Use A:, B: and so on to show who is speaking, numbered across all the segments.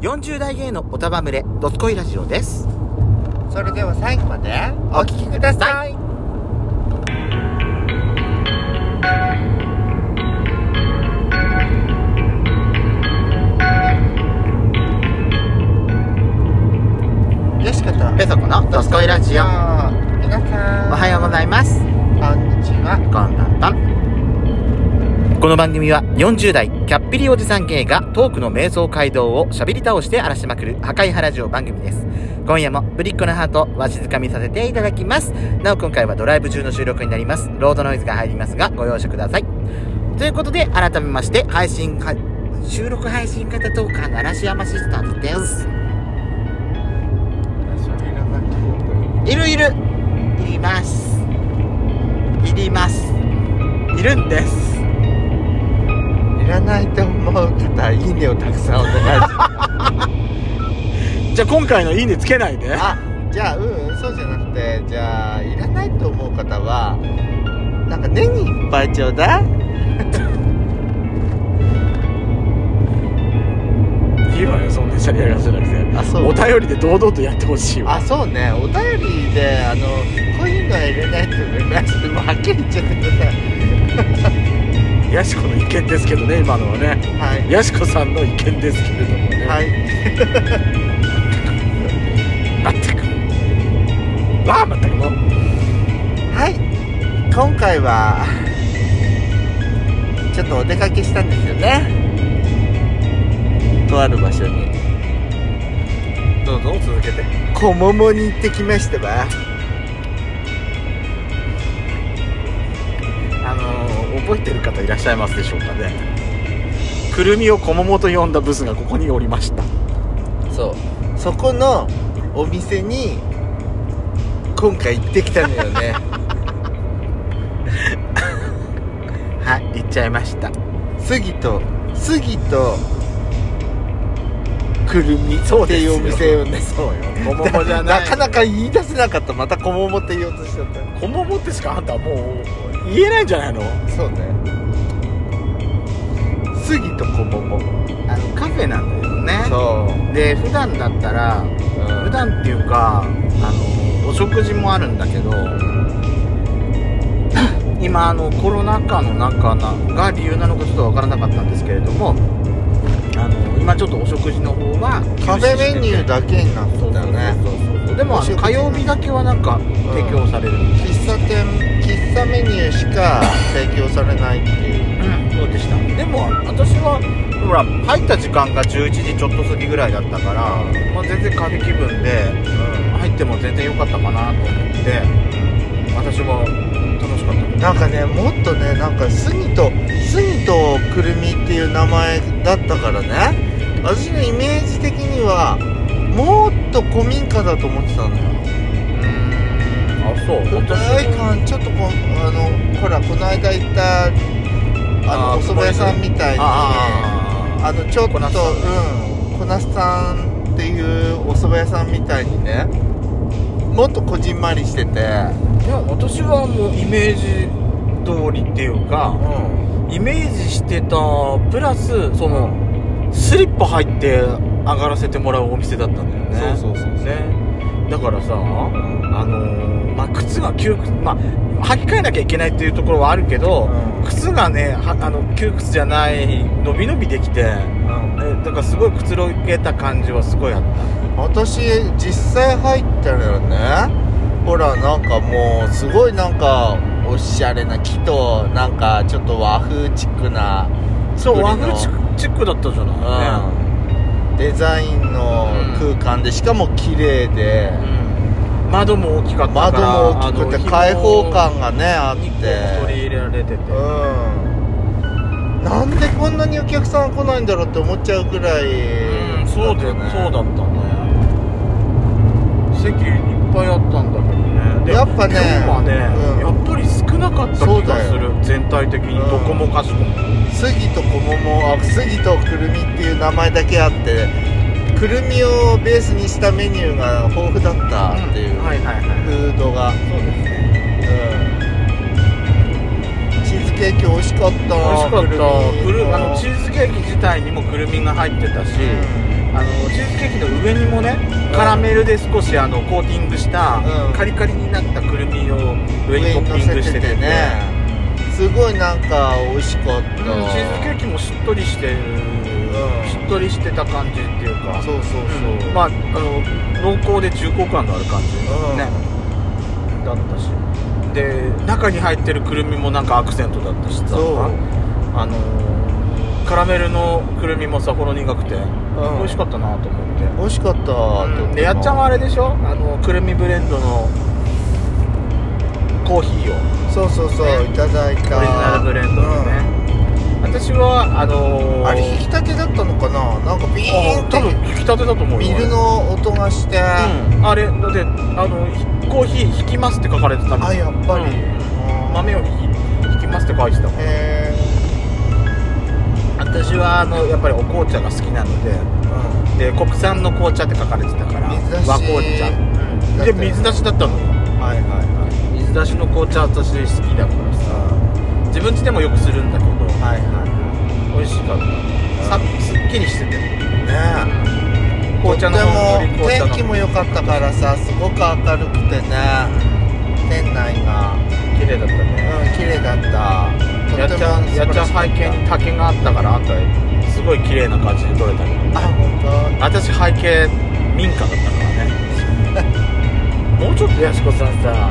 A: 40代芸のおたばむれドスコイラジオです
B: それでは最後までお聞きください。よしかと。
A: ペソコのドスコイラジオ
B: 皆さん。
A: おはようございます
B: こんにちは。
A: こんばんはこの番組は40代キャッピリおじさん芸がトークの瞑想街道をしゃべり倒して荒らしまくる破壊ハラジオ番組です今夜もぶりっ子のハートをわしづかみさせていただきますなお今回はドライブ中の収録になりますロードノイズが入りますがご容赦くださいということで改めまして配信は収録配信型トーカーの嵐山シスターズですいるいるいりますいりますいるんです
B: いらないと思う方、いいねをたくさんお願いします。
C: じゃあ今回の「いいね」つけないで
B: あじゃあうんうんそうじゃなくてじゃあいらないと思う方はなんかネギいっぱいちょうだい
C: いいわよそんなシャリやがじゃなくて
B: あそ
C: お便りで堂々とやってほしいわ
B: あそうねお便りであのこういうのは入れないと思いますでもうはっきり言っちゃってください
C: やしこの意見ですけどね今のはね
B: はい
C: やしこさんの意見ですけれどもね、
B: はい
C: まったくまあまったくもう
B: はい今回はちょっとお出かけしたんですよねとある場所に
C: どうぞ続けて
B: 小桃に行ってきましたわ
C: あのー覚えてる方いらっしゃいますでしょうかねくるみを小桃と呼んだブスがここにおりました
B: そうそこのお店に今回行ってきたのよね
A: はい行っちゃいました
B: 杉と杉とくるみ
A: そう
B: っ
A: で
B: て
A: す
B: い
A: よ
B: うお店をね
C: そうよ
A: 小桃じゃない
B: なかなか言い出せなかったまた小桃って言おうとしちゃっ
C: 小桃ってしかあんたもう言えないんじゃないの
B: たそうね杉と小桃
A: あのカフェなんだよね
B: そ
A: で普段だったら
B: う、うん
A: 普段っていうかあのお食事もあるんだ けど今あのコロナ禍の中なのが理由なのかちょっとわからなかったんですけれどもあの今ちょっとお食事の方は
B: カフェメニュー
A: だ
B: だけになったね
A: そうそうそうそうでもあの
B: お食事
A: 火曜日だけはなんか提供されるみたい
B: 喫茶店喫茶メニューしか提供されないっていう
A: そうでしたでも私はほら入った時間が11時ちょっと過ぎぐらいだったから、まあ、全然カフェ気分で入っても全然良かったかなと思って私は楽しかった
B: なんかねもっとねなんか杉と杉とくるみっていう名前だったからね私のイメージ的にはもっと古民家だと思ってたのよ
A: あそう
B: 古い感ちょっとこうあのほらこの間行ったあの
A: あー
B: お蕎麦屋さんみたいにあ
A: ああ
B: のちょっと
A: こ
B: う
A: なすさんね
B: んこなすさんっていうお蕎麦屋さんみたいにねもっとこじんまりしてて
A: いや私はもうイメージ通りっていうかイメージしてたプラスそのスリッパ入って上がらせてもらうお店だったんだよね
B: そうそうそうそう
A: ねだからさあのーまあ、靴が窮屈、まあ、履き替えなきゃいけないっていうところはあるけど、
B: うん
A: 靴がねはあの窮屈じゃない伸び伸びできて、えだからすごいくつろげた感じはすごいあった
B: 私実際入ったらねほらなんかもうすごいなんかおしゃれな木となんかちょっと和風チックな
A: そう和
B: 作りの
A: 風チックチックだったじゃない、ね
B: うんデザインの空間でしかも綺麗で
A: うん窓も大きかったから
B: 窓も大きくて開放感がねあ
A: あ
B: っ
A: の日光を取り
B: て
A: 入れられてて、
B: うんなんでこんなにお客さん来ないんだろうって思っちゃうくらい
A: うんそうだよねそうだった
B: っ
A: ね席いっぱいあったんだけどねで
B: やっぱね
A: 今日はね、
B: うん
A: やっぱり少なかった
B: そう
A: 気
B: だ
A: が
B: よ
A: する全体的に
B: うん
A: どこもかしこも、
B: た杉と小桃あ杉とくるみっていう名前だけあってくるみをベースにしたメニューが豊富だったっていう、
A: はいはいはい
B: フードが、
A: そうですね
B: うん、チーズケーキ美味しかった美
A: 美味しかったくる
B: うん
A: あのチーズケーキ自体にもくるみが入ってたし、あのチ上にもねカラメルで少しあのコーティングした
B: うん
A: カリカリになったくるみを上にトッピングしててね
B: すごいなんか美味しか
A: う
B: った、
A: んチーズケーキもしっとりしてるしっとりしてた感じっていうか
B: そうそうそう、
A: まああの濃厚で重厚感のある感じ
B: うん
A: ねだったしで中に入ってるくるみもなんかアクセントだったしさ
B: そう
A: あのーカラメルのくるみもさほろ苦くて、
B: ん
A: 美味しかったなと思って
B: 美味しかったって、
A: でやっちゃんはあれでしょあのくるみブレンドのコーヒーを
B: そうそうそう、
A: ね
B: いただいた
A: オリジナルブレンドのね、私はあの
B: う
A: ー
B: んあれ引き立てだったのかななんかビーン
A: あ
B: って
A: 多分引き立てだと思うよ
B: ビルの音がして、
A: あれうんあれだってあのひコーヒー引きますって書かれてたの
B: あやっぱり、
A: うん豆を引き引きますって書いてたもん
B: え
A: 私はあのやっぱりお紅茶が好きなのでで
B: ー
A: 国産の紅茶って書かれてたから
B: 水出し
A: 和紅茶、
B: だった
A: で
B: よね
A: 水出しだったのよ
B: うん、はいはいはい
A: 水出しの紅茶私好きだからさ自分家でもよくするんだけど
B: はいは
A: 美味しかったさすっきりしてて
B: いはいね
A: 紅茶の
B: と
A: 方
B: っても
A: 紅茶
B: 天
A: の
B: 気も良かったからさすごく明るくてね店内が
A: 綺麗だった
B: うん
A: ね
B: 綺麗だった
A: やっ
B: と
A: ち
B: って
A: ゃ
B: も
A: んやっちゃん
B: 素晴らし
A: 背
B: か
A: 景
B: た
A: に竹があったからあんたすごい綺麗な感じで撮れたけど
B: あ本
A: 私背景民家だったからね もうちょっとやしこさんさあ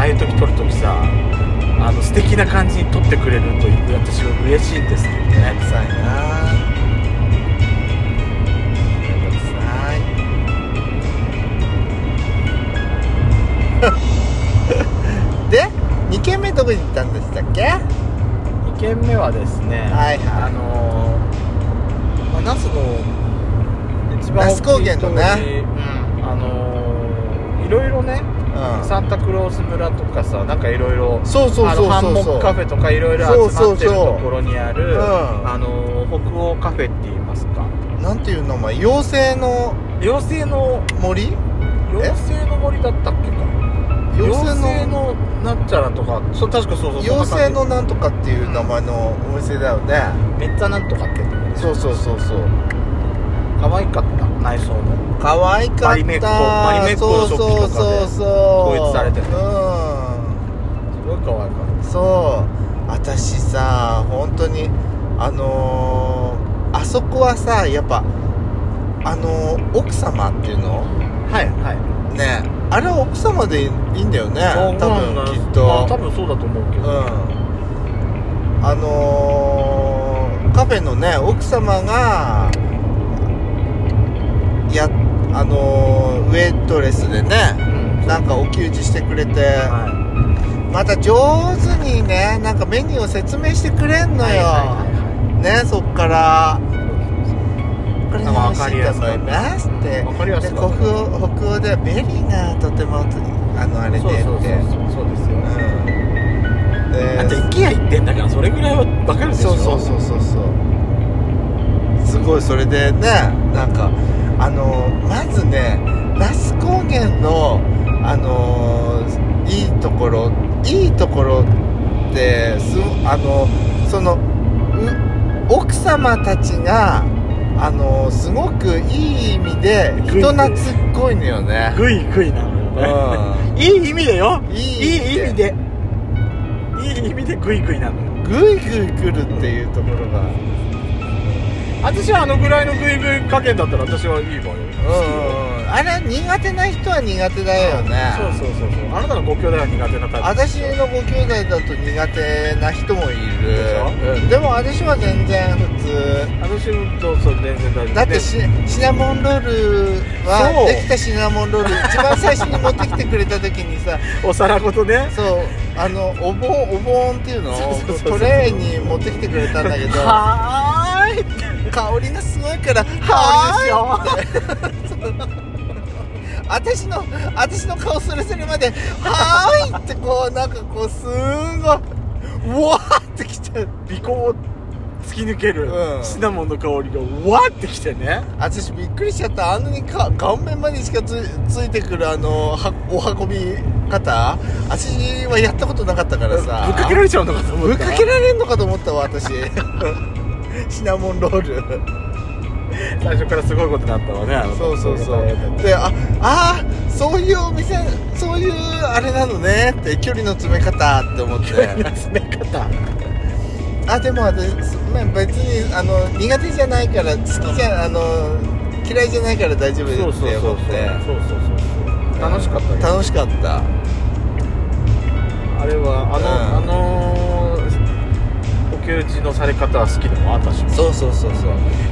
A: あいう時撮る時さあの素敵な感じに撮ってくれると私は嬉しいんですけどね
B: 当臭いな臭いで2軒目どこに行ったんでしたっけ
A: 2軒目はですね、
B: はいはい
A: あのーまあ、那須の一番
B: 那須高原のね
A: 大きい通りうんあのーいろいろね、
B: うん
A: サンタクロース村とかさなんかいろいろ
B: そうそう
A: あ
B: そ
A: の
B: う
A: ハン
B: そ
A: モ
B: う
A: ッ
B: そう
A: クカフェとかいろいろ集
B: そ
A: ま
B: う
A: っ
B: そ
A: て
B: う
A: る
B: そう
A: ところにある
B: うん
A: あのー北欧カフェって言いますか
B: なんていう名前妖精の
A: 妖精の
B: 森
A: 妖精の森だったっけか
B: 妖
A: 妖
B: 精
A: 精の
B: の
A: なっちゃらとかそう確かそうそうそんな感じ
B: 妖精のなんとかっていう名前のお店だよね
A: めっちゃなんとかって
B: そうそうそうそう
A: 可愛かった内装も
B: 可愛かった
A: マリメッコマリメッコの食器とかで
B: そうそうそうそう
A: 統一されてる
B: う
A: すごい可愛かっ
B: んそう私さ本当にあのーあそこはさやっぱあのー奥様っていうの
A: たはいはい
B: ねあれは奥様でいいんだよね多分きっ
A: ま
B: と
A: あ多分そうだと思うけ
B: う
A: ど、
B: んあのーカフェのね奥様がやあのーウェイトレスでね
A: うん
B: なんかお給仕してくれて、
A: は
B: また上手にねなんかメニューを説明してくれん
A: い
B: のよ、
A: はい
B: ねそっから「これ
A: なん
B: が
A: か
B: 美味しいと思います」って
A: わかりや
B: です北
A: かった
B: 欧北欧ではベリーがとてもあのあれでって
A: そうそうそうそうそうですよね、
B: うんで
A: あんたイケア行ってんだからそれぐらいはわかるでしょ
B: そうそうそうそうそうすごいそれでねなんかあのまずね那須高原のあのいいところいいところってすあのそのう奥様たちがあのすごくいい意味で人懐っこいのよね
A: グイグイなのよね、
B: う
A: いい意味でよ
B: んい
A: い
B: い
A: い
B: 意味
A: 意味でいい意味でグイグイなのよ
B: グイグイ来るっていうところが
A: 私はあのぐらいのグイグイ加減だったら私はいいわよ、
B: うんうんあれ苦手な人は苦手だよね、
A: そうそうそうそうあなたのご兄弟は苦手なタイプ
B: 私のご兄弟だと苦手な人もいる
A: で
B: で,、も私は全然普
A: 私
B: 通
A: もそうそう全然大丈夫
B: だってシシナモンロールは
A: そう
B: できたシナモンロール一番最初に持ってきてくれた時にさ
A: お皿ごとね
B: そうあのお盆お盆っていうの
A: そうそうそうそう
B: トレーに持ってきてくれたんだけど
A: はーいって
B: 香りがすごいから
A: 香
B: はーいって私の私の顔するするまで「はーい」ってこうなんかこうすごいうわーってきて
A: 鼻孔を突き抜ける
B: うん
A: シナモンの香りがわーってきてね
B: 私びっくりしちゃったあんなにか顔面までしかつついてくるあのはお運び方私はやったことなかったから
A: ぶっ
B: さ
A: かけられちゃうのかと思
B: ぶ
A: っ
B: った かけられんのかと思ったわ私シナモンロール
A: 最初からすごいことになったわねあの
B: そうそうそう
A: 大変だ
B: でああーそういうお店そういうあれなのねって距離の詰め方って 思って
A: 詰め方
B: あでも私、まあ、別にあの苦手じゃないから好きじゃあの嫌いじゃないから大丈夫
A: そう
B: っ
A: そう
B: て
A: そ
B: 思
A: うそう
B: って
A: そうそうそう楽しかったよ
B: 楽しかった
A: あれはあの、あのー、お給仕のされ方は好きでもあったし
B: そうそうそうそう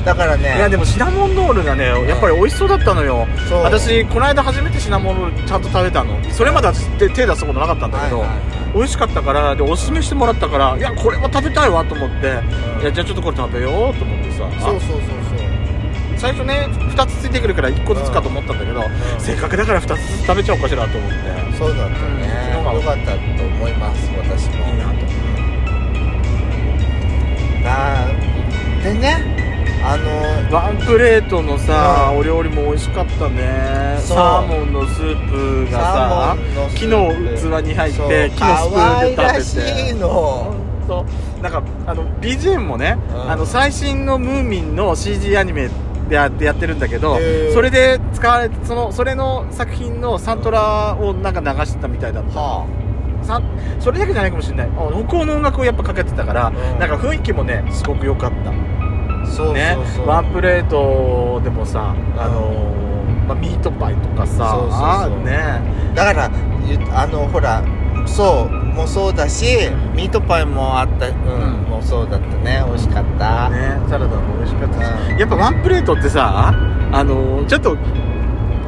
B: だからね
A: いやでもシナモンロールがねやっぱり美味しそうだったのよ、
B: そう
A: 私この間初めてシナモンロールちゃんと食べたのそれまでは手手出したことなかったんだけど、
B: はいはい
A: 美味しかったからでおすすめしてもらったからいやこれは食べたいわと思って、
B: うん
A: いやじゃあちょっとこれ食べようと思ってさ
B: そうそうそうそう
A: あ最初ね2つついてくるから1個ずつかと思ったんだけど、
B: ん
A: せっかくだから2つずつ食べちゃおうかしらと思って
B: そうだったね
A: うん
B: よかったと思います私も
A: いいなと
B: なあでねあの
A: ワンプレートのさ、
B: うん
A: お料理も美味しかったね
B: そう
A: サーモンのスープが
B: サー
A: さ
B: モンのスープ
A: 木の器に入っ
B: そう
A: て木のスプ
B: 可愛らし
A: ーンで食べて
B: いの
A: ほんとなんかあの BGM もね、
B: うん
A: あの最新のムーミンの CG アニメでやってやってるんだけど
B: へー
A: それで使われてそのそれの作品のサントラをなんか流してたみたいだった
B: は
A: さそれだけじゃないかもしれない向こうの音楽をやっぱかけてたから、
B: うん
A: なんか雰囲気もねすごく良かった
B: あそうそうそう、
A: ねワンプレートでもさ、あのーまあ、ミートパイとかさ
B: そうそうそう
A: あーね
B: だからゆあのほらそうもそうだしミートパイもあった、うん
A: うん
B: もうそうだったね美味しかった、
A: ねサラダも美味しかったし、
B: うん
A: やっぱワンプレートってさあのーちょっと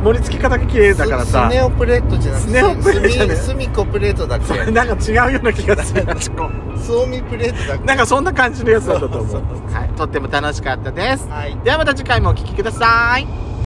A: 盛り付け方が綺麗だからさ
B: ススネオプレートじゃなくて
A: スネオプレートじゃない
B: スミスミコプレートだっ
A: それ
B: け
A: なんか違うような気が する
B: スオミプレートだっけ
A: なんかそんな感じのやつだったと思う
B: そうそうそう
A: はい、とっても楽しかったです
B: はい
A: ではまた次回もお聴きください